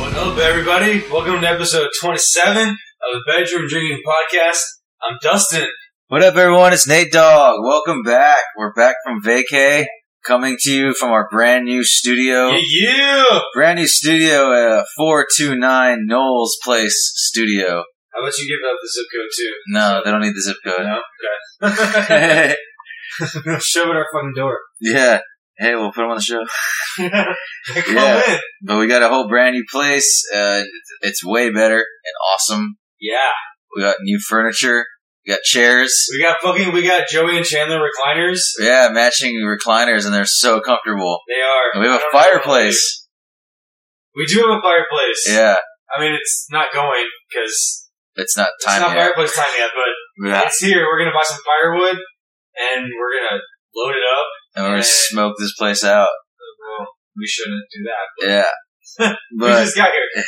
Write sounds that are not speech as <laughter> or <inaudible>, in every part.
What up, everybody? Welcome to episode 27 of the Bedroom Drinking Podcast. I'm Dustin. What up, everyone? It's Nate Dog. Welcome back. We're back from vacay, coming to you from our brand new studio, Yeah, yeah. brand new studio at 429 Knowles Place Studio. How about you give out the zip code too? No, they don't need the zip code. Uh, No? Okay. Show at our fucking door. <laughs> <laughs> yeah. Hey, we'll put them on the show. Come Yeah. in. But we got a whole brand new place. Uh, it's way better and awesome. Yeah. We got new furniture. We got chairs. We got fucking, we got Joey and Chandler recliners. Yeah, matching recliners, and they're so comfortable. They are. And we I have a don't know. fireplace. We do have a fireplace. Yeah, I mean, it's not going because it's not it's time not yet. fireplace time yet, but Yeah. It's here. We're gonna buy some firewood, and we're gonna load it up. and we're gonna Yeah. smoke this place out. Well, we shouldn't do that. <laughs> Yeah. we but just got here.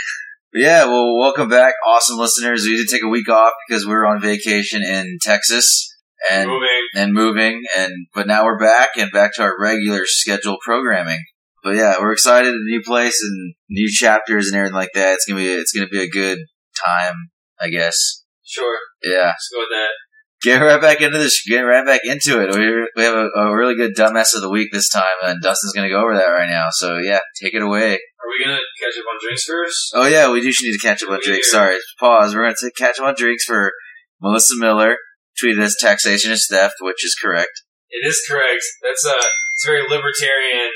yeah, well, welcome back, awesome listeners. We did take a week off because we were on vacation in Texas and moving. and moving, and but now we're back and back to our regular schedule programming. But yeah, we're excited. The new place and new chapters and everything like that. It's gonna be it's gonna be a good time, I guess. Sure. Yeah, Let's go with that. get right back into this. Get right back into it. We we have a, a really good dumbass of the week this time, and Dustin's gonna go over that right now. So yeah, take it away. Are we gonna catch up on drinks first? Oh yeah, we do should need to catch up on We drinks. do. Sorry, pause. We're going to catch up on drinks for Melissa Miller. Tweeted us taxation is theft, which is correct. It is correct. That's a it's a very libertarian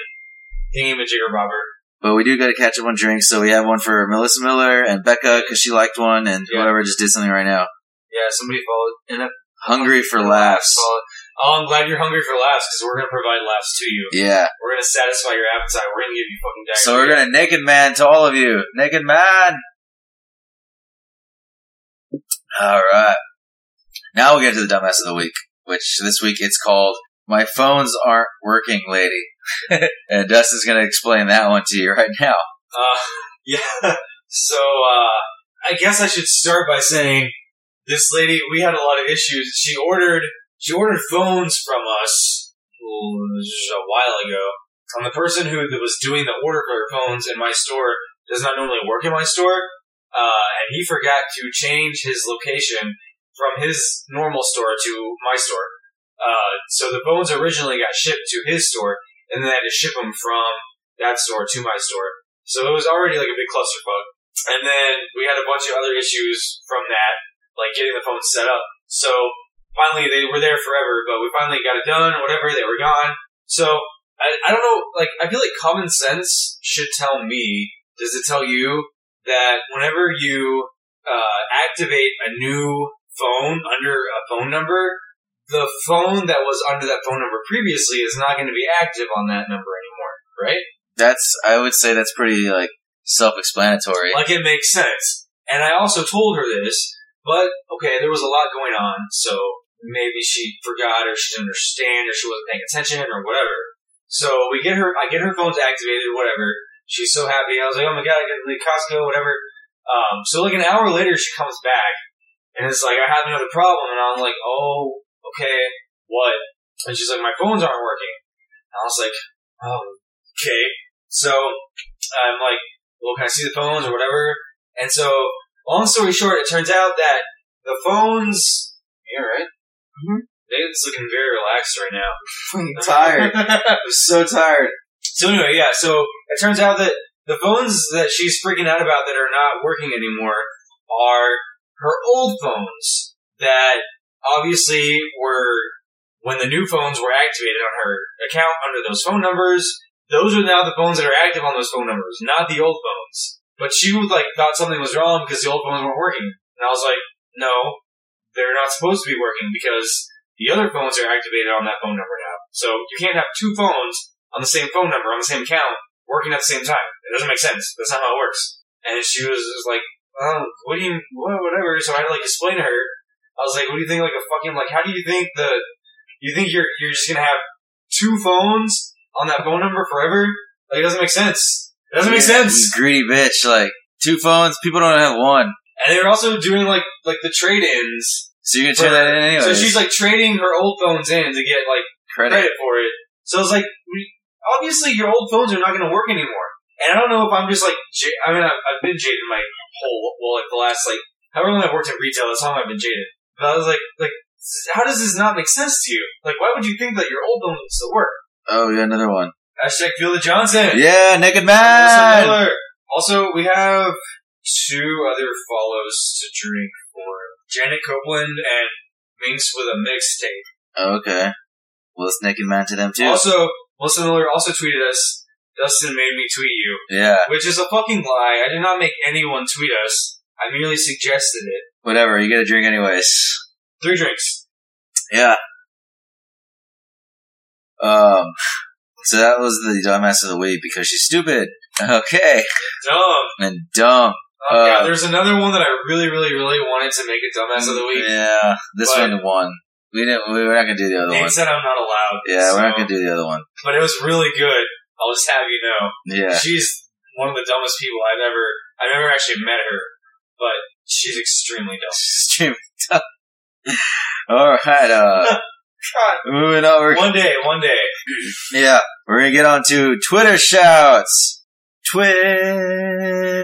thingy jiggerbobber. But we do got to catch up on drinks, so we have one for Melissa Miller and Becca because she liked one, and Yeah. whoever just did something right now. Yeah, somebody followed. And a- Hungry for laughs. followed. Oh, I'm glad you're hungry for laughs because we're gonna provide laughs to you. Yeah. We're gonna satisfy your appetite. We're gonna give you fucking diarrhea. So we're gonna naked man to all of you, naked man. All right. Now we will get to the dumbass of the week, which this week it's called "My phones aren't working, lady," <laughs> and Dustin's gonna explain that one to you right now. Uh, <laughs> yeah. So uh, I guess I should start by saying this lady. We had a lot of issues. She ordered she ordered phones from us ooh, just a while ago, and the person who that was doing the order for her phones in my store does not normally work in my store, uh, and he forgot to change his location from his normal store to my store. Uh, so the phones originally got shipped to his store, and then I had to ship them from that store to my store. So it was already like a big clusterfuck. And then we had a bunch of other issues from that, like getting the phone set up. So finally, they were there forever, but we finally got it done, whatever, they were gone. So I, I don't know, like, I feel like common sense should tell me, does it tell you that whenever you uh, activate a new phone under a phone number, the phone that was under that phone number previously is not going to be active on that number anymore, right? That's I would say that's pretty like self-explanatory. Like it makes sense. And I also told her this, but okay, there was a lot going on, so maybe she forgot or she didn't understand or she wasn't paying attention or whatever. So we get her, I get her phones activated, whatever. She's so happy. I was like, oh my god, I got to leave Costco, whatever. Um, so like an hour later, she comes back and it's like, I have another problem. And I'm like, oh, okay, what? And she's like, my phones aren't working. And I was like, oh, okay. So I'm like, well, can I see the phones or whatever? And so, long story short, it turns out that the phones. Yeah, right. Mm-hmm. David's looking very relaxed right now. I'm tired. <laughs> I'm so tired. So anyway, yeah. So it turns out that the phones that she's freaking out about that are not working anymore are her old phones that obviously were when the new phones were activated on her account under those phone numbers. Those are now the phones that are active on those phone numbers, not the old phones. But she was like thought something was wrong because the old phones weren't working, and I was like, no, they're not supposed to be working because the other phones are activated on that phone number now. So you can't have two phones on the same phone number, on the same account, working at the same time. It doesn't make sense. That's not how it works. And she was just like, oh, what do you, well, whatever. So I had to like explain to her. I was like, what do you think, like a fucking, like, how do you think the, you think you're, you're just gonna have two phones on that phone number forever? Like, it doesn't make sense. It doesn't make sense. Greedy bitch. Like two phones. People don't have one, And they were also doing like, like the trade-ins. so you're gonna turn for- that in anyway. So she's like trading her old phones in to get like, credit. credit for it. So it's like, we, obviously your old phones are not going to work anymore. And I don't know if I'm just like, j- I mean, I've, I've been jaded my whole, well, like the last, like, however long I've worked at retail, that's how long I've been jaded. But I was like, like, how does this not make sense to you? Like, why would you think that your old one would still work? Oh, yeah, another one. Hashtag Feel the Johnson. Yeah, Naked Melissa Man. Miller. Also, we have two other follows to drink for Janet Copeland and Minx with a mixtape. Oh, Okay. Well, it's Naked Man to them too. Also, Melissa Miller also tweeted us, Dustin made me tweet you, yeah, which is a fucking lie. I did not make anyone tweet us. I merely suggested it. whatever. You get a drink anyways. Three drinks. Yeah. Um. So that was the dumbass of the week because she's stupid. <laughs> Okay. Dumb. Oh, And dumb. Uh, God. There's another one that I really, really, really wanted to make a dumbass of the week. Yeah. This But- one won. We didn't. We were not gonna do the other Nate one. said I'm not allowed. Yeah, we're not so- gonna do the other one. But it was really good. I'll just have you know. Yeah. <laughs> She's one of the dumbest people I've ever, I've never actually met her, but she's extremely dumb. Stream dumb. <laughs> All right. Uh, <laughs> God. moving over. One day, one day. Yeah, we're gonna get on to Twitter shouts.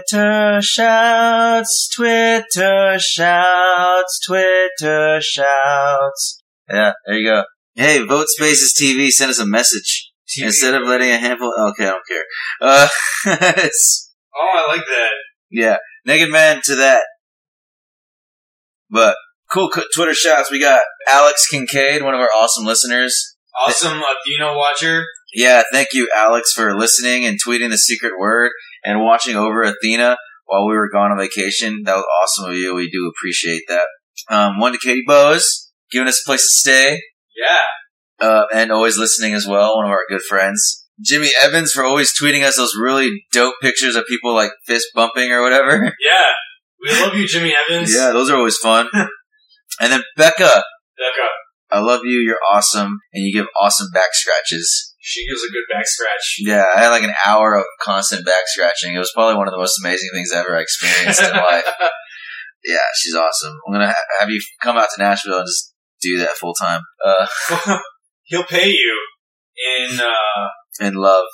Twitter shouts, Twitter shouts, Twitter shouts. Yeah, there you go. Hey, Vote Spaces TV, send us a message. She- Instead of letting a handful, okay, I don't care. Uh, <laughs> it's- oh, I like that. yeah, Naked Man to that. But cool co- Twitter shouts. We got Alex Kincaid, one of our awesome listeners. Awesome Athena Watcher. Yeah, thank you, Alex, for listening and tweeting the secret word and watching over Athena while we were gone on vacation. That was awesome of you. We do appreciate that. Um, one to Katie Bowes, giving us a place to stay Yeah. uh, and always listening as well. One of our good friends, Jimmy Evans, for always tweeting us those really dope pictures of people like fist bumping or whatever. Yeah. We love you, Jimmy Evans. yeah, those are always fun. and then Becca, Becca, I love you. You're awesome, and you give awesome back scratches. she gives a good back scratch. <laughs> Yeah, I had like an hour of constant back scratching. It was probably one of the most amazing things I ever experienced <laughs> in life. Yeah, she's awesome. I'm gonna ha- have you come out to Nashville and just do that full time. Uh, He'll pay you in, uh, and love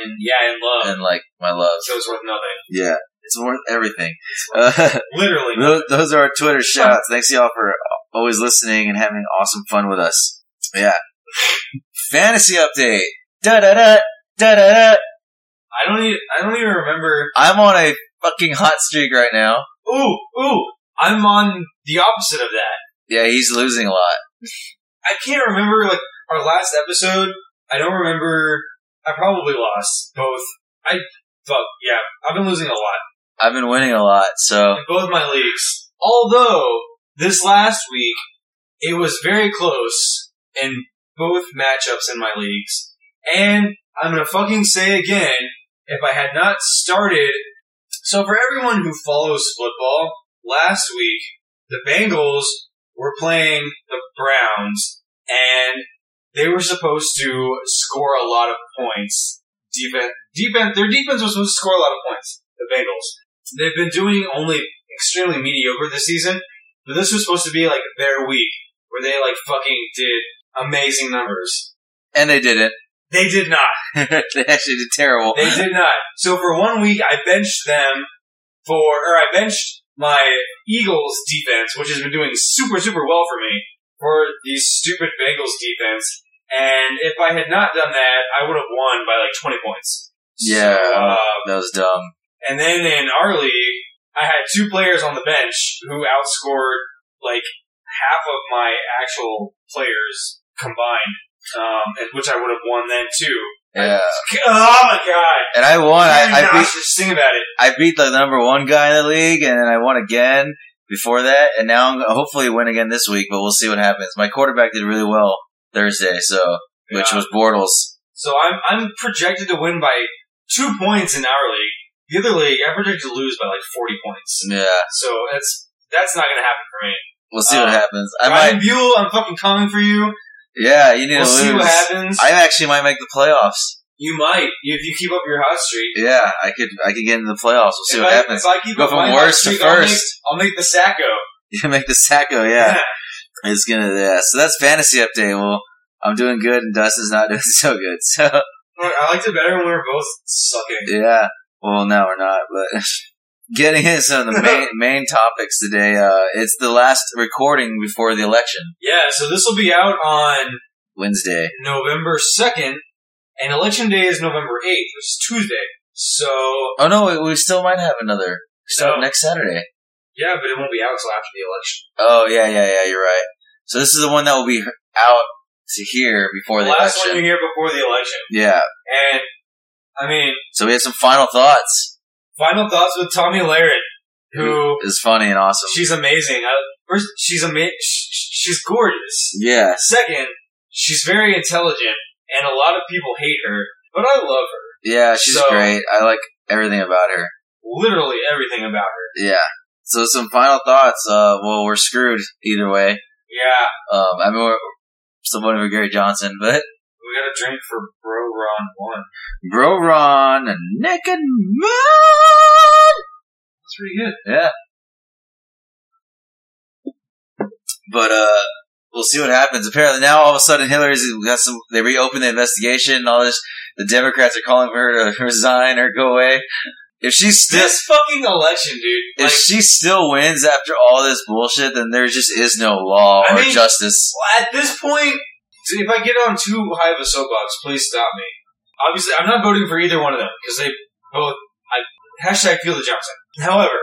in, yeah, in love. and like my love. so it's worth nothing. Yeah, it's worth everything. It's worth <laughs> Uh, literally. those, those are our Twitter shouts. Thanks y'all for always listening and having awesome fun with us. Yeah, fantasy update. Da da da da da da. I don't even, I don't even remember. I'm on a fucking hot streak right now. Ooh, ooh, I'm on the opposite of that. Yeah, he's losing a lot. I can't remember, like, our last episode. I don't remember. I probably lost both. I, fuck, yeah. I've been losing a lot. I've been winning a lot, so in both my leagues. Although this last week it was very close in both matchups in my leagues, and I'm gonna fucking say again, if I had not started. So for everyone who follows football, last week the Bengals were playing the Browns, and they were supposed to score a lot of points. Defense, defense, their defense was supposed to score a lot of points. The Bengals they've been doing only extremely mediocre this season, but this was supposed to be like their week where they like fucking did amazing numbers. and they didn't. They did not. <laughs> they actually did terrible. They did not. So for one week, I benched them for, or I benched my Eagles defense, which has been doing super, super well for me, for the stupid Bengals defense. And if I had not done that, I would have won by like 20 points. Yeah. So, uh, That was dumb. And then in our league, I had two players on the bench who outscored like half of my actual players combined, um, and which I would have won then too. <laughs> Yeah, Oh my god! and I won. <laughs> I, I beat. nauseous. Think about it. I beat the number one guy in the league, and then I won again before that, and now I'm gonna hopefully win again this week. But we'll see what happens. My quarterback did really well Thursday, so which Yeah. was Bortles. so I'm I'm projected to win by two points in our league. The other league, I project to lose by like forty points. Yeah, So that's that's not gonna happen for me. we'll see Uh, what happens. I Ryan might. Buell, I'm fucking coming for you. Yeah, you need We'll to lose. see what happens. I actually might make the playoffs. you might if you keep up your hot streak. Yeah, I could. I could get into the playoffs. We'll see if what I, happens. If I keep Go up from my worst hot to streak, I'll make- first. I'll make the Sacco. <laughs> You can make the sacco. Yeah. It's <laughs> gonna yeah. So that's fantasy update. Well, I'm doing good, and Dustin's not doing so good. So I liked it better when we were both sucking. Yeah. Well, no, we're not, but <laughs> getting into some of <laughs> the main, main topics today, uh, it's the last recording before the election, Yeah, so this will be out on Wednesday. November 2nd, and election day is November 8th, which is Tuesday. So, Oh, no, we, we still might have another. So No. next Saturday. yeah, but it won't be out until after the election. Oh, yeah, yeah, yeah, you're right. So this is the one that will be out to here before the the last election. one you hear before the election. yeah. And, I mean, So we have some final thoughts. final thoughts with Tommy Lahren, who, It's funny and awesome. she's amazing. I, first, she's ama- sh- sh- she's gorgeous. yeah. Second, she's very intelligent, and a lot of people hate her, but I love her. Yeah, she's So- great. I like everything about her. Literally everything about her. Yeah. So some final thoughts. Uh, well, we're screwed either way. Yeah, Um, I mean, we're somewhat of a Gary Johnson, but we got a drink for Bro Ron 1. Bro Ron and Nick and Moon! That's pretty good. Yeah. But, uh, we'll see what happens. Apparently now all of a sudden Hillary's got some, they reopened the investigation and all this. The Democrats are calling for her to <laughs> resign or go away. If she's still, This fucking election, dude. if Like, she still wins after all this bullshit, then there just is no law I or mean- justice. well, at this point, if I get on too high of a soapbox, please stop me. Obviously, I'm not voting for either one of them because they both. I hashtag feel the Johnson. However,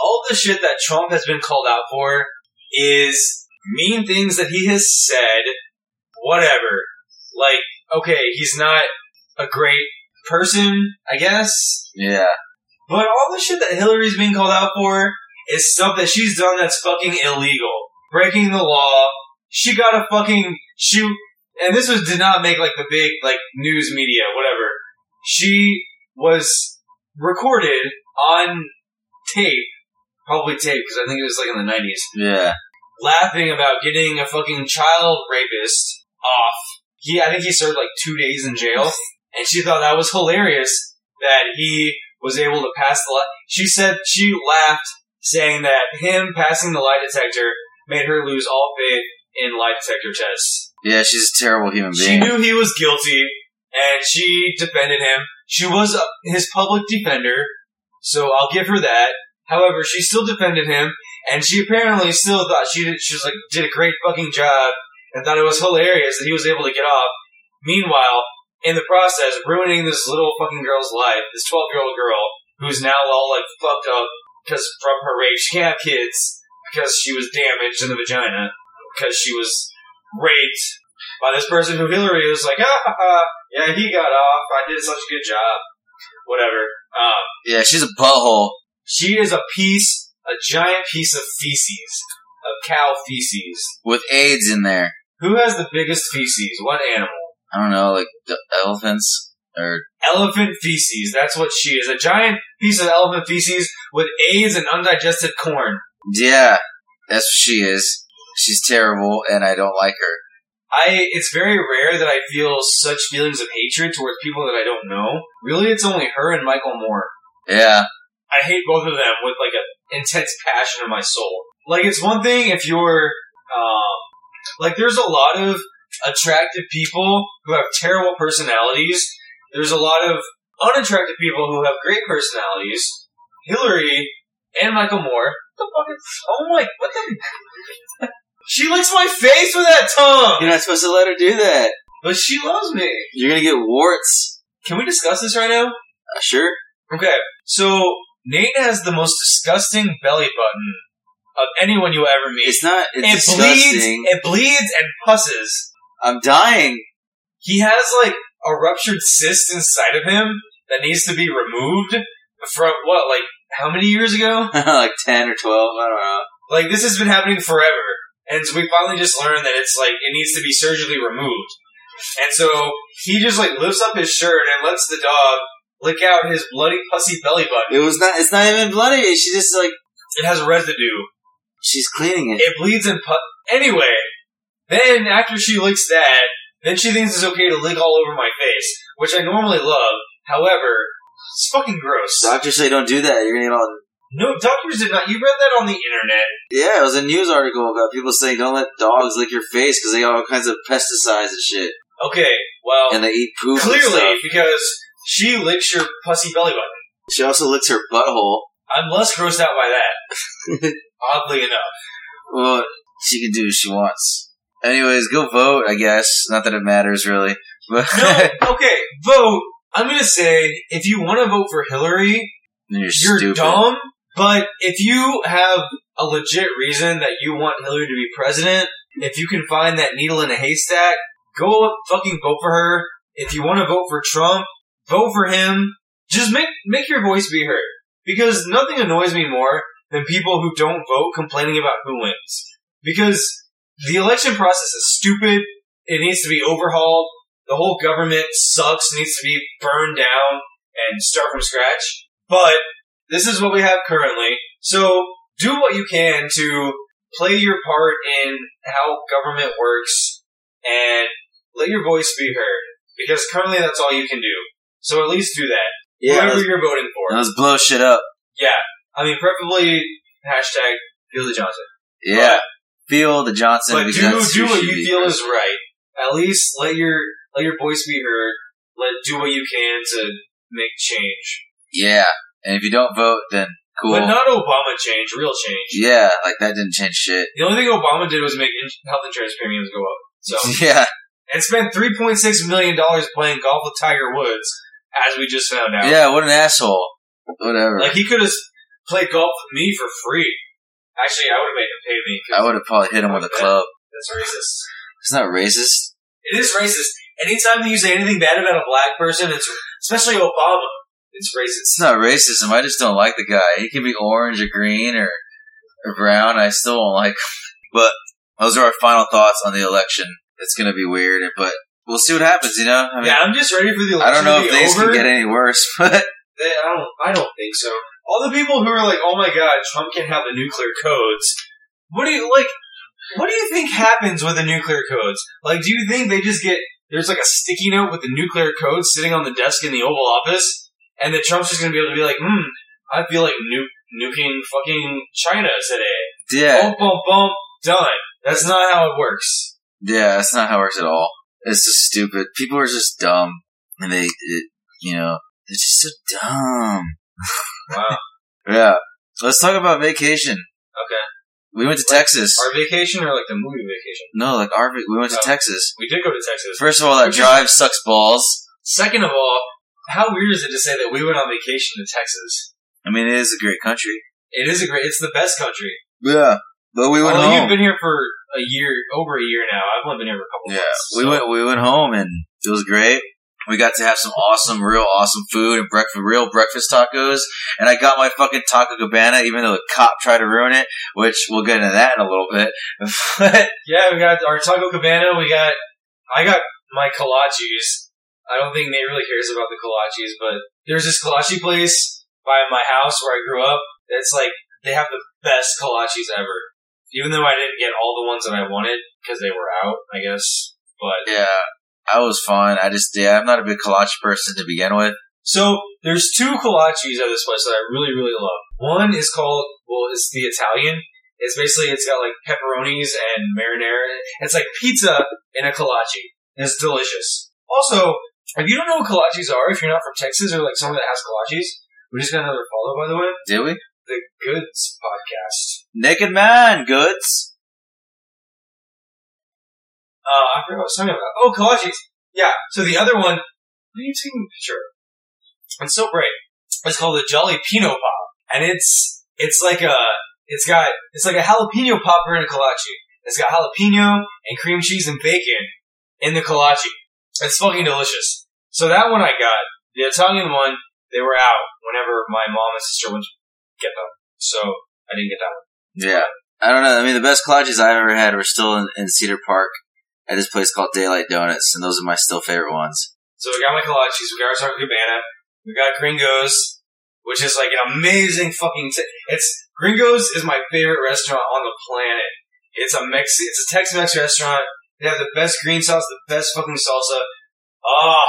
all the shit that Trump has been called out for is mean things that he has said. Whatever. Like, okay, he's not a great person, I guess. Yeah. But all the shit that Hillary's being called out for is stuff that she's done that's fucking illegal. Breaking the law. She got a fucking she and this was did not make like the big like news media, whatever. She was recorded on tape, probably tape, because I think it was like in the nineties, Yeah. laughing about getting a fucking child rapist off. He, I think he served like two days in jail, and she thought that was hilarious that he was able to pass the light. She said she laughed, saying that him passing the lie detector made her lose all faith in lie detector tests. Yeah, she's a terrible human She being. knew he was guilty, and she defended him. She was uh, his public defender, so I'll give her that. However, she still defended him, and she apparently still thought she did, she was like did a great fucking job, and thought it was hilarious that he was able to get off. Meanwhile, in the process, ruining this little fucking girl's life, this twelve year old girl who's now all like fucked up because from her rape she can't have kids because she was damaged in the vagina because she was raped by this person who Hillary was like, ah, ha, ha, yeah, he got off. I did such a good job. Whatever. Um, Yeah, she's a butthole. she is a piece, a giant piece of feces, of cow feces. with AIDS in there. Who has the biggest feces? What animal? I don't know, like the elephants or Elephant feces. That's what she is. A giant piece of elephant feces with AIDS and undigested corn. yeah, that's what she is. She's terrible, and I don't like her. I. It's very rare that I feel such feelings of hatred towards people that I don't know. Really, it's only her and Michael Moore. Yeah, I hate both of them with like an intense passion in my soul. Like it's one thing if you're, um, like there's a lot of attractive people who have terrible personalities. There's a lot of unattractive people who have great personalities. Hillary and Michael Moore. What the fuck? is- Oh my! What the? <laughs> she licks my face with that tongue, not supposed to let her do that. but she loves me. You're gonna get warts. Uh, Can we discuss this right now? Sure. Okay, so Nate has the most disgusting belly button of anyone you ever meet. not. it bleeds, it bleeds and pusses. I'm dying. <laughs> He has like a ruptured cyst inside of him that needs to be removed from what, like how many years ago? like ten or twelve. Uh, I don't know. Like this has been happening forever, and so we finally just learned that it's like it needs to be surgically removed. And so he just like lifts up his shirt and lets the dog lick out his bloody pussy belly button. It was not. It's not even bloody. She just like It has residue. she's cleaning it bleeds and put. Anyway, then after she licks that, then she thinks it's okay to lick all over my face, which I normally love. However, it's fucking gross. Doctors say don't do that. You're gonna get all. No, doctors did not. You read that on the internet. Yeah, it was a news article about people saying don't let dogs lick your face because they got all kinds of pesticides and shit. Okay, well, and they eat poop. and clearly stuff. because she licks your pussy belly button. she also licks her butthole. I'm less grossed out by that. <laughs> Oddly enough. Well, she can do what she wants. Anyways, go vote. I guess not that it matters really, <laughs> but No, okay, vote. I'm gonna say if you want to vote for Hillary, you're, you're stupid. dumb. But if you have a legit reason that you want Hillary to be president, if you can find that needle in a haystack, go fucking vote for her. If you want to vote for Trump, vote for him. Just make make your voice be heard because nothing annoys me more than people who don't vote complaining about who wins. Because the election process is stupid. It needs to be overhauled. The whole government sucks. Needs to be burned down and start from scratch. But this is what we have currently. So do what you can to play your part in how government works and let your voice be heard. Because currently that's all you can do. So at least do that. Yeah, Uh-huh. Whoever let's, you're voting for. <laughs> let's blow shit up. Yeah. I mean, preferably hashtag feel the Johnson. Yeah, feel the Johnson. But do because that's do who what she you is. feel is right. At least let your let your voice be heard. Let do what you can to make change. Yeah, and if you don't vote, then cool. But not Obama change, real change. yeah, like that didn't change shit. The only thing Obama did was make in- health insurance premiums go up. So <laughs> <laughs> Yeah, and spent three point six million dollars playing golf with Tiger Woods, as we just found out. yeah. What an asshole. Whatever. Like he could have played golf with me for free. Actually, I would have made him pay me. 'cause I would have probably hit him with a club. That's racist. It's not racist. It is racist. Anytime you say anything bad about a black person, it's especially Obama, it's racist. It's not racism. I just don't like the guy. He can be orange or green or, or brown. I still don't like him. <laughs> But those are our final thoughts on the election. It's going to be weird, but we'll see what happens, you know? I mean, yeah, I'm just ready for the election I don't know to if be things over. can get any worse, <laughs> but They- I don't. I don't think so. All the people who are like, "Oh my God, Trump can have the nuclear codes." What do you like? What do you think happens with the nuclear codes? Like, do you think they just get there's like a sticky note with the nuclear codes sitting on the desk in the Oval Office, and that Trump's just gonna be able to be like, "Hmm, I feel like nu- nuking fucking China today." yeah, Bump, bump, bump. Done. That's not how it works. yeah, that's not how it works at all. It's just stupid. People are just dumb, and they, it, you know, they're just so dumb. Wow. <laughs> Yeah. Let's talk about vacation. Okay. We went to Like, Texas. Our vacation or like the movie vacation? no, like our, we went to Oh. Texas. We did go to Texas. First of all, that Which is- drive sucks balls. Second of all, how weird is it to say that we went on vacation to Texas? I mean, it is a great country. It is a great. It's the best country. Yeah, but we went Although home. Oh, you've been here for a year, over a year now. I've only been here for a couple yeah, months. we so- went. We went home, and it was great. We got to have some awesome, real awesome food and breakfast, real breakfast tacos. And I got my fucking taco cabana, even though the cop tried to ruin it, which we'll get into that in a little bit. <laughs> But Yeah, we got our Taco Cabana. We got. I got my kolaches. I don't think Nate really cares about the kolaches, but there's this kolache place by my house where I grew up. That's like they have the best kolaches ever. Even though I didn't get all the ones that I wanted because they were out, I guess. But yeah, I was fine. I just, yeah, I'm not a big kolache person to begin with. so there's two kolaches at this place that I really really love. One is called well, it's the Italian. It's basically it's got like pepperonis and marinara. It's like pizza in a kolache. It's delicious. Also, if you don't know what kolaches are, if you're not from Texas or like someone that has kolaches, we just got another follow by the way. Did we? The Goods Podcast. Naked man goods. Uh, I forgot what I was talking about. Oh, kolaches. Yeah. So the other one, what are you taking a picture? of? It's so great. It's called the Jolly Pino Pop, and it's it's like a it's got it's like a jalapeno popper in a kolache. It's got jalapeno and cream cheese and bacon in the kolache. It's fucking delicious. So that one I got. The Italian one, they were out whenever my mom and sister went to get them, so I didn't get that one. Yeah, I don't know. I mean, the best kolaches I've ever had were still in, in Cedar Park at this place called Daylight Donuts, and those are my still favorite ones. So we got my kolaches, we got our Taco Cabana, we got Gringos, which is like an amazing fucking. T- it's Gringos is my favorite restaurant on the planet. It's a Mex, it's a Tex-Mex restaurant. They have the best green sauce, the best fucking salsa. Oh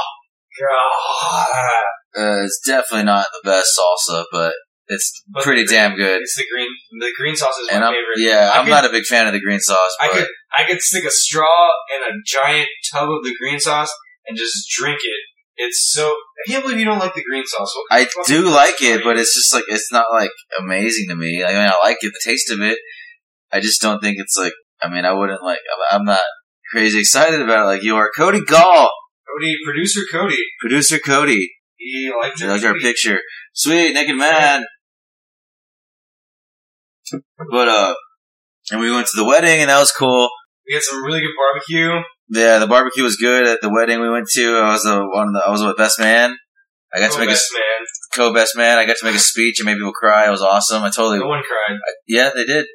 god, Uh, it's definitely not the best salsa, but it's But pretty the green- damn good. It's the green The green sauce is my And I'm, favorite. yeah, I I'm could- not a big fan of the green sauce, I but could I could stick a straw in a giant tub of the green sauce and just drink it. It's so I can't believe you don't like the green sauce. What I fucking do sauce like are it, you? but it's just like it's not like amazing to me. I mean, I like it, the taste of it. I just don't think it's like. I mean, I wouldn't like. I'm, I'm not crazy excited about it like you are. Cody Gall, Cody producer Cody producer Cody, he liked They it. like our Cody. picture. Sweet, naked man. But uh, and we went to the wedding, and that was cool. We had some really good barbecue. Yeah, the barbecue was good at the wedding we went to. I was the one. of the- I was the best man. I got Oh, to make best man. a co-best man. I got to make a speech, and made people cry. It was awesome. I totally. No one cried. Yeah, they did.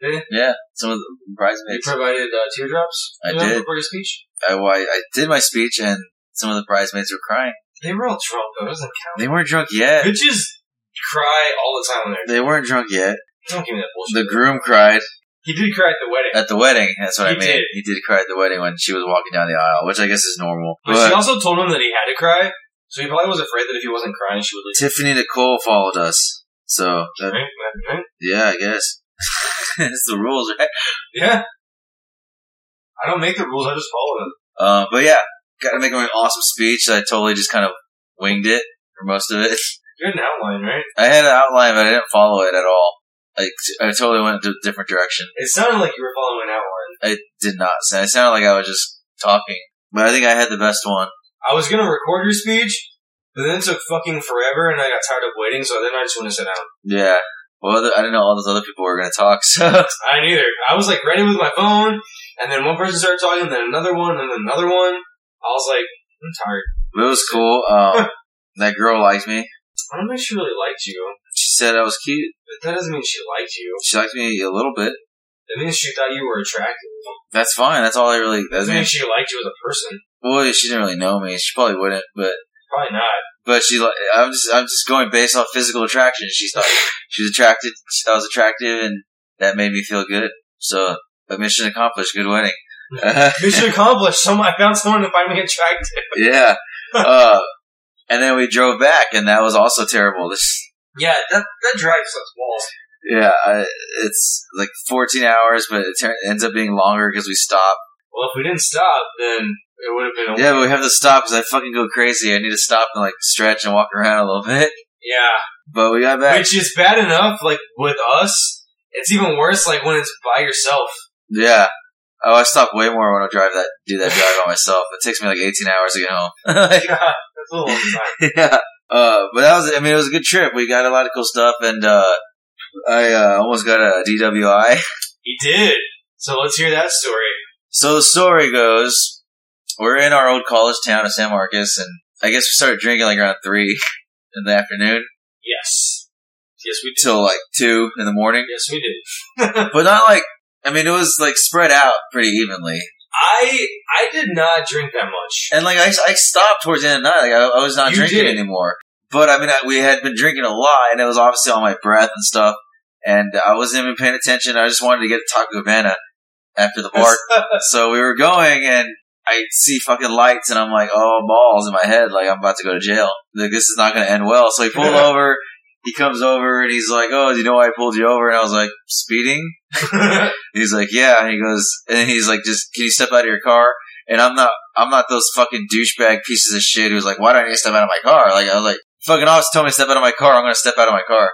Did they? Yeah, some of the You bridesmaids. provided uh, teardrops. I you know, did. before your speech. I, well, I, I did my speech, and some of the bridesmaids were crying. They were all drunk though. It doesn't count. They weren't drunk yet. Bitches cry all the time when they're They weren't drunk yet. don't give me that bullshit. The groom cried he did cry at the wedding, at the wedding. That's what He I mean. did. He did cry at the wedding when she was walking down the aisle, which I guess is normal. but, But she also told him that he had to cry. So he probably was afraid that if he wasn't crying, she would leave. Tiffany Nicole followed us, so <laughs> that, Right? Right? Right? yeah, I guess <laughs> it's the rules, right? Yeah. I don't make the rules. I just follow them. Uh, but yeah, got to make an awesome speech. I totally just kind of winged it for most of it. <laughs> You're an outline, right? I had an outline, but I didn't follow it at all. I, I totally went a different direction. It sounded like you were following an outline. I did not. It sounded like I was just talking, but I think I had the best one. I was gonna record your speech, but then it took fucking forever, and I got tired of waiting. So then I just went to sit down. Yeah. Well, the, I didn't know all those other people were going to talk, <laughs> so I didn't either. I was like ready with my phone, and then one person started talking, then another one, and then another one. I was like, I'm tired. but it was cool. Um, that girl liked me. I don't know if she really liked you, She said I was cute. but that doesn't mean she liked you. She liked me a little bit. That means she thought you were attractive. That's fine. That's all I really. That's That means she mean, liked you as a person. well, she didn't really know me. She probably wouldn't, but Probably not. but she. li- I'm just I'm just going based off physical attraction. She thought she was attracted. She thought I was attractive, and that made me feel good. So a mission accomplished. Good wedding. <laughs> Mission accomplished. Someone, I found someone to find me attractive. yeah. Uh, and then we drove back, and that was also terrible. This, Yeah, that that drive sucks balls. yeah, I, it's like 14 hours, but it turn, ends up being longer because we stop. Well, if we didn't stop, then it would have been. A Yeah, but we have to stop because I fucking go crazy. I need to stop and like stretch and walk around a little bit. yeah. But we got back. Which is bad enough. Like with us, it's even worse. Like when it's by yourself. <laughs> yeah. Oh, I stop way more when I drive that do that drive by myself. It takes me like 18 hours to get <laughs> home. <laughs> yeah, that's a long time. yeah. Uh, but that was, I mean, it was a good trip. We got a lot of cool stuff, and uh, I uh, almost got a DWI. He did. So let's hear that story. <laughs> So the story goes, we're in our old college town of San Marcos, and I guess we started drinking like around three <laughs> in the afternoon Yes. Yes, we did. till like two in the morning. Yes, we did. But not like, I mean, it was like spread out pretty evenly. I I did not drink that much. And like, I, I stopped towards the end of the night. Like, I, I was not You drinking did. anymore. But I mean, I, we had been drinking a lot, and it was obviously on my breath and stuff. And I wasn't even paying attention. I just wanted to get a Taco Havana after the bar so we were going and I see fucking lights and I'm like, oh balls in my head, like I'm about to go to jail. Like this is not gonna end well. So he pulled over, he comes over and he's like, Oh, do you know why I pulled you over? And I was like, Speeding? And he's like, Yeah and he goes and then he's like, just can you step out of your car? And I'm not I'm not those fucking douchebag pieces of shit who's like, Why do I need to step out of my car? Like I was like, fucking officer told me to step out of my car, I'm gonna step out of my car.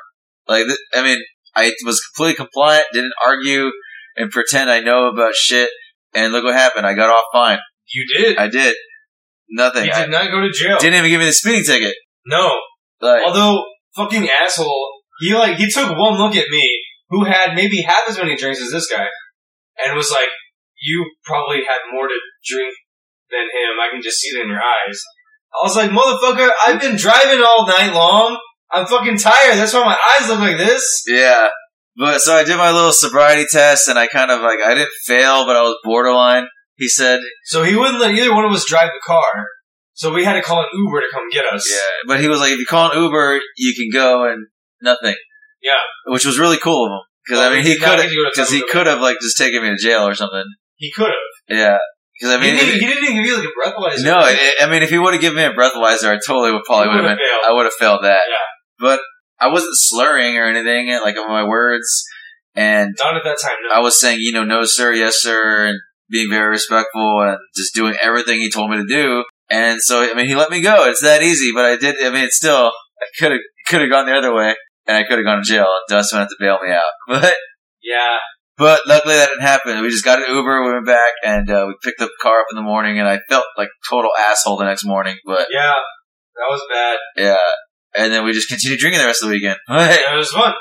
Like th- I mean, I was completely compliant, didn't argue and pretend I know about shit and look what happened. I got off fine. <laughs> you did. I did nothing. you I did not go to jail. didn't even give me the speeding ticket. no. Like, Although fucking asshole, he like he took one look at me, who had maybe half as many drinks as this guy, and was like, "You probably had more to drink than him. I can just see it in your eyes." I was like, "Motherfucker, I've been driving all night long. I'm fucking tired. That's why my eyes look like this." yeah. But so I did my little sobriety test, and I kind of like I didn't fail, but I was borderline. He said, So he wouldn't let either one of us drive the car. So we had to call an Uber to come get us. "Yeah," but he was like, "If you call an Uber, you can go and nothing." Yeah. which was really cool of him because Well, I mean we he did not could get to go to because he Taco Bell. could have like just taken me to jail or something. He could have. Yeah, because I mean, he, didn't, if- he didn't even give you like a breathalyzer. no, I I mean if he would have given me a breathalyzer, I totally would probably would have been failed. I would have failed that. Yeah. But I wasn't slurring or anything like on my words. And Not at that time, no. I was saying, you know, no sir, yes sir, and being very respectful and just doing everything he told me to do. And so, I mean, he let me go. It's that easy. But I did. I mean, it's still, I could have could have gone the other way, and I could have gone to jail. And Dustin had to bail me out. <laughs> But yeah. but luckily that didn't happen. We just got an Uber, we went back, and uh, we picked the car up in the morning. And I felt like total asshole the next morning. But Yeah. That was bad. yeah, and then we just continued drinking the rest of the weekend. <laughs> But, Yeah, it was fun.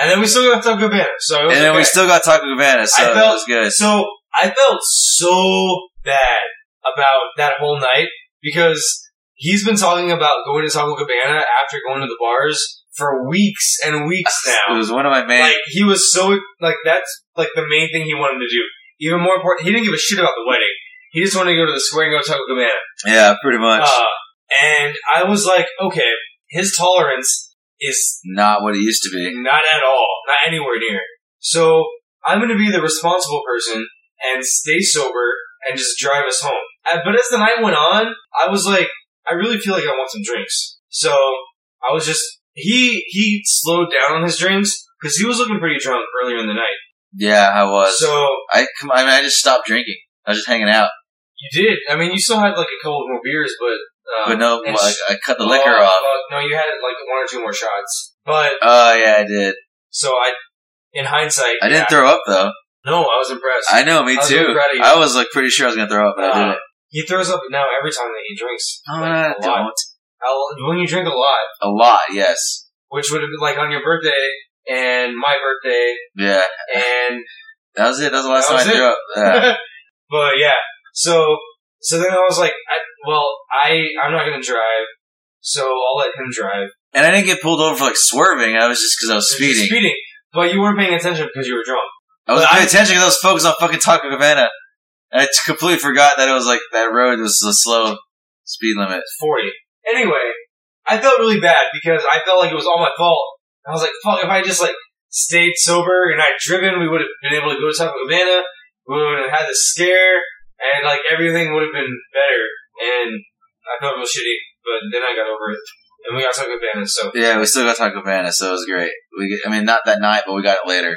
And then we still got Taco Cabana, so it and was then we okay. still got Taco Cabana, so I it felt- was good. So I felt so bad about that whole night because he's been talking about going to Taco Cabana after going to the bars for weeks and weeks It now. was one of my main. Like he was so like that's like the main thing he wanted to do. Even more important, he didn't give a shit about the wedding. He just wanted to go to the square and go to Taco Cabana. yeah, pretty much. Uh, and I was like, okay, his tolerance is not what it used to be. not at all, not anywhere near. So I'm going to be the responsible person and stay sober and just drive us home. Uh, But as the night went on, I was like, I really feel like I want some drinks. So I was just he he slowed down on his drinks because he was looking pretty drunk earlier in the night. Yeah, I was. So I come. I mean, I just stopped drinking. I was just hanging out, you did. I mean, you still had like a couple more beers, but uh, but no, and I, sh- I cut the liquor Oh, off. fuck. No, you had like one or two more shots. But Oh yeah, I did. so I, in hindsight, I yeah. didn't throw up though. no, I was impressed. I know, me I was really too. proud of you. I was like pretty sure I was gonna throw up, but I Uh, didn't. He throws up now every time that he drinks. No, Like, I a lot. don't. I'll- when you drink a lot, A lot, yes. which would have been like on your birthday and my birthday, Yeah, and <laughs> that was it. That was the last That time was I threw <laughs> up. Yeah. but yeah. So so then I was like, I, well, I I'm not gonna drive, so I'll let him drive. and I didn't get pulled over for like swerving. I was just because I was speeding. speeding. But you weren't paying attention because you were drunk. I was But paying I- attention because I was focused on fucking Taco Cabana. And I t- completely forgot that it was like that road was the slow speed limit. Forty. Anyway, I felt really bad because I felt like it was all my fault. I was like, fuck, if I just like stayed sober and not driven, we would have been able to go to Taco Cabana. We would have had the scare, and like everything would have been better. And I felt real shitty, but then I got over it, and we got Taco Cabana. So Yeah, we still got Taco Cabana, so it was great. We, get- I mean, not that night, but we got it later.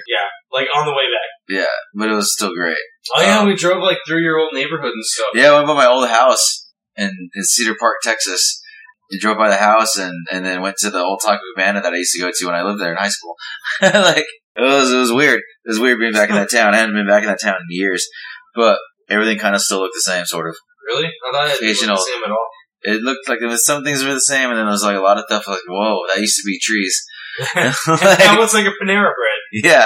like on the way back, But it was still great. oh yeah, Um, we drove like through your old neighborhood and stuff. Yeah, I went by my old house in, in Cedar Park, Texas. I drove by the house and, and then went to the old Taco Cabana that I used to go to when I lived there in high school. <laughs> like, it was, it was weird. It was weird being back in that town. I hadn't been back in that town in years. But everything kind of still looked the same, sort of. Really? I thought it wasn't Occasional. the same at all. <laughs> It looked like it was, some things were the same, and then there was like a lot of stuff like, whoa, that used to be trees. <laughs> that Like, was like a Panera bread. <laughs> yeah.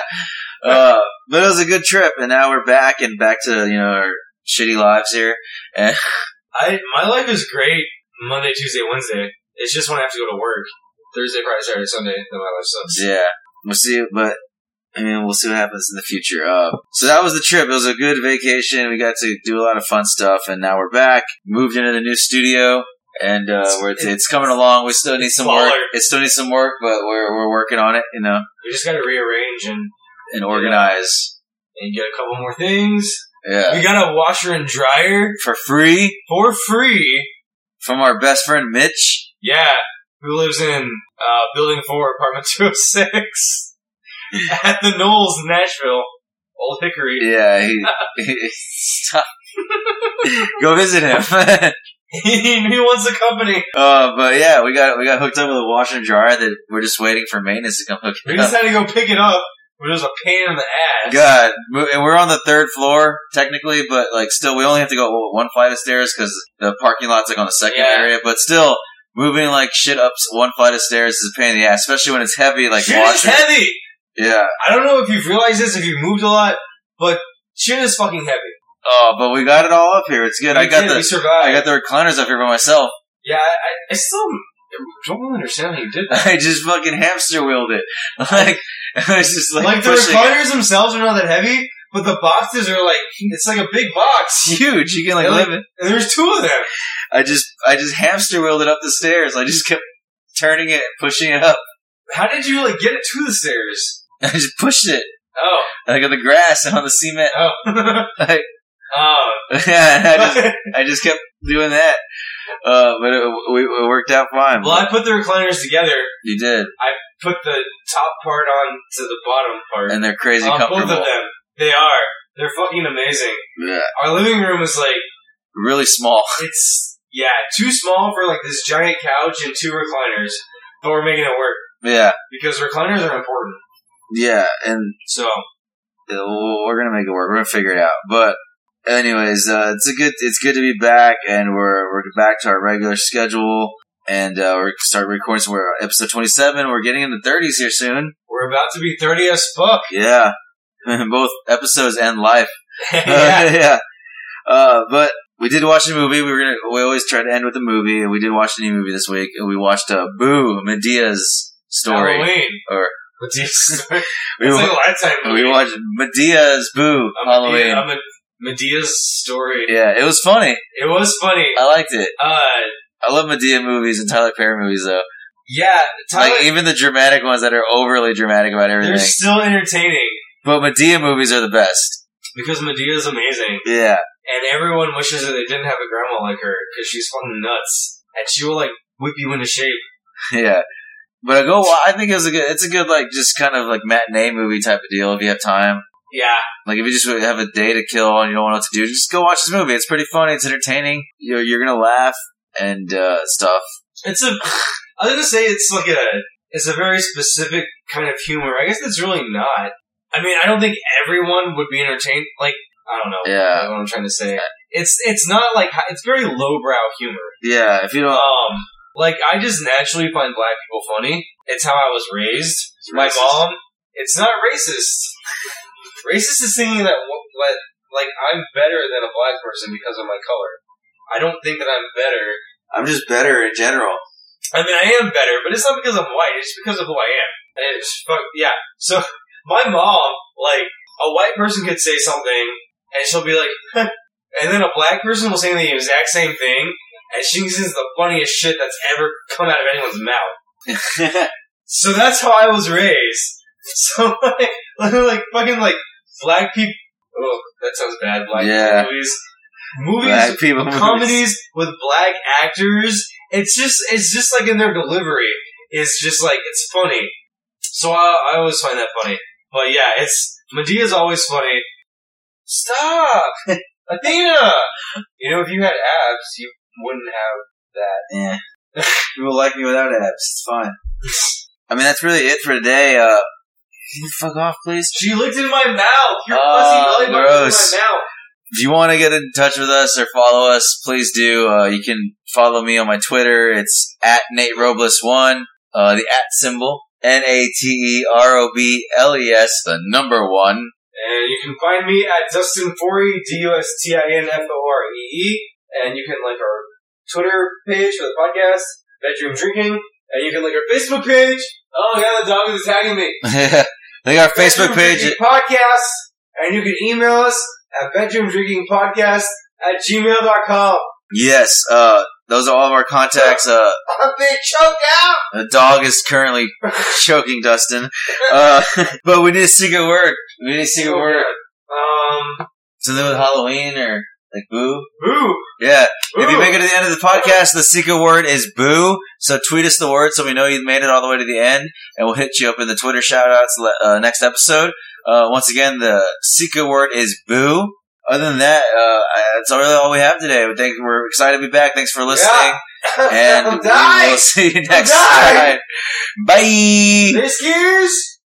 Uh, but it was a good trip, and now we're back and back to, you know, our shitty lives here. And I my life is great Monday, Tuesday, Wednesday. It's just when I have to go to work. Thursday, Friday, Saturday, Sunday, then my life sucks. Yeah, we'll see. But I mean, we'll see what happens in the future. Uh, so that was the trip. It was a good vacation. We got to do a lot of fun stuff, and now we're back. Moved into the new studio, and uh, we're it's, it's coming along. We still need some work. Baller. It still needs some work, but we're we're working on it. You know, We just gotta rearrange and, and organize. and get a couple more things. Yeah, We got a washer and dryer for free for free. from our best friend Mitch. Yeah. Who lives in uh, building four, apartment <laughs> two oh six at the Knowles in Nashville. Old Hickory. <laughs> Yeah, he, stop. <laughs> Go visit him. <laughs> he wants the company. Uh, but yeah, we got we got hooked up with a washer and dryer that we're just waiting for maintenance to come hook We it up. just had to go pick it up, which was a pain in the ass. God, mo- and we're on the third floor technically, but like still, we only have to go one flight of stairs because the parking lot's like on the second Yeah. area. But still, moving like shit up s- one flight of stairs is a pain in the ass, especially when it's heavy. Like Shit is washer, heavy. yeah. I don't know if you've realized this, if you've moved a lot, but shit is fucking heavy. Oh, but we got it all up here. It's good. I We got did, we the survived. I got the recliners up here by myself. yeah, I, I, I still don't understand how you did that. <laughs> I just fucking hamster wheeled it. <laughs> Like I was just like, Like the pushing- recliners themselves are not that heavy, but the boxes are like it's like a big box. It's huge. You can like They're, live like, in. And there's two of them. I just I just hamster wheeled it up the stairs. I just kept turning it and pushing it up. <laughs> How did you like get it to the stairs? I just pushed it Oh, like on the grass and on the cement. <laughs> oh. Like Oh, I just <laughs> I just kept doing that, uh, but it, we, it worked out fine. well, I put the recliners together, you did, put the top part on to the bottom part. and they're crazy on both of comfortable. them. They are. They're fucking amazing. Yeah, Our living room is like really small. <laughs> it's yeah, too small for like this giant couch and two recliners, but we're making it work Yeah, because recliners are important. yeah, and So uh, we're gonna make it work. We're gonna figure it out. But anyways, uh, it's a good. It's good to be back, and we're we're back to our regular schedule, and uh, we're start recording. So we're episode twenty seven. We're getting in the thirties here soon. we're about to be thirty as <laughs> fuck. Yeah, <laughs> both episodes and life. <laughs> yeah. yeah. yeah. Uh, but we did watch a movie. We were gonna. We always try to end with a movie, and we did watch a new movie this week. And we watched uh, Boo Medea's story. Halloween. Or- What's <laughs> your story? We, It's like a wa- lifetime movie. we watched Medea's Boo I'm Halloween. Medea, I'm a Medea's story. yeah, it was funny. It was funny. I liked it. Uh, I love Medea movies and Tyler Perry movies though. yeah, Tyler, like even the dramatic ones that are overly dramatic about they're everything. still entertaining But Medea movies are the best. because Medea's amazing. Yeah, And everyone wishes that they didn't have a grandma like her because she's fucking nuts. And she will, like, whip you into shape. yeah. But I go. I think it was a good. It's a good like just kind of like matinee movie type of deal if you have time. Yeah. Like if you just have a day to kill and you don't know what to do, just go watch this movie. It's pretty funny. It's entertaining. You're you're gonna laugh and uh, stuff. It's a. <sighs> I was gonna say it's like a. It's a very specific kind of humor. I guess it's really not. I mean, I don't think everyone would be entertained. Like, I don't know. Yeah. what I'm trying to say. It's it's not like hi- it's very lowbrow humor. Yeah, if you don't. Um, like I just naturally find black people funny. It's how I was raised. My Racist. mom. It's not racist. <laughs> racist is thinking that wh- what like I'm better than a black person because of my color. I don't think that I'm better. I'm just better in general. <laughs> I mean, I am better, but it's not because I'm white. It's because of who I am. And it's fuck yeah. So <laughs> my mom, like a white person, could say something, and she'll be like, <laughs> "Huh." and then a black person will say the exact same thing, and she thinks it's the funniest shit that's ever come out of anyone's mouth. So that's how I was raised. <laughs> So like, <laughs> like fucking like black people. Oh, that sounds bad. Black Yeah. movies, movies Black people movies. comedies with black actors. It's just it's just like in their delivery. It's just like it's funny. So I, I always find that funny. But yeah, it's Medea's always funny. Stop, <laughs> Athena. You know, if you had abs, you wouldn't have Yeah. <laughs> People like me without abs. It's fine. I mean, that's really it for today. Uh, can you fuck off, please? that. She looked in my mouth. Your Oh, fuzzy belly button in gross. my mouth. If you want to get in touch with us or follow us, please do. Uh, you can follow me on my Twitter. It's at Nate Robles one. Uh, the at symbol N A T E R O B L E S, the number one. <laughs> And you can find me at Dustin Forey, D U S T I N F O R E E. And you can like our Twitter page for the podcast, Bedroom Drinking. And you can like our Facebook page. Oh yeah, the dog is attacking me. I think our Facebook Bedroom page. Drinking podcast. And you can email us at bedroom drinking podcast at gmail.com. Yes, uh, those are all of our contacts. Uh, I've been choked out. the dog is <laughs> currently choking Dustin. Uh, <laughs> but we need a secret word. We need a Oh, secret word. Um, Something with Halloween or like boo. boo. Yeah. If you Boo. make it to the end of the podcast, the secret word is boo. So tweet us the word so we know you made it all the way to the end, and we'll hit you up in the Twitter shoutouts le- uh, next episode. Uh, once again, the secret word is boo. Other than that, uh, I- that's really all we have today. We think we're excited to be back. Thanks <laughs> for listening, and I'm we will dying. see you next dying. time. Bye. This gears.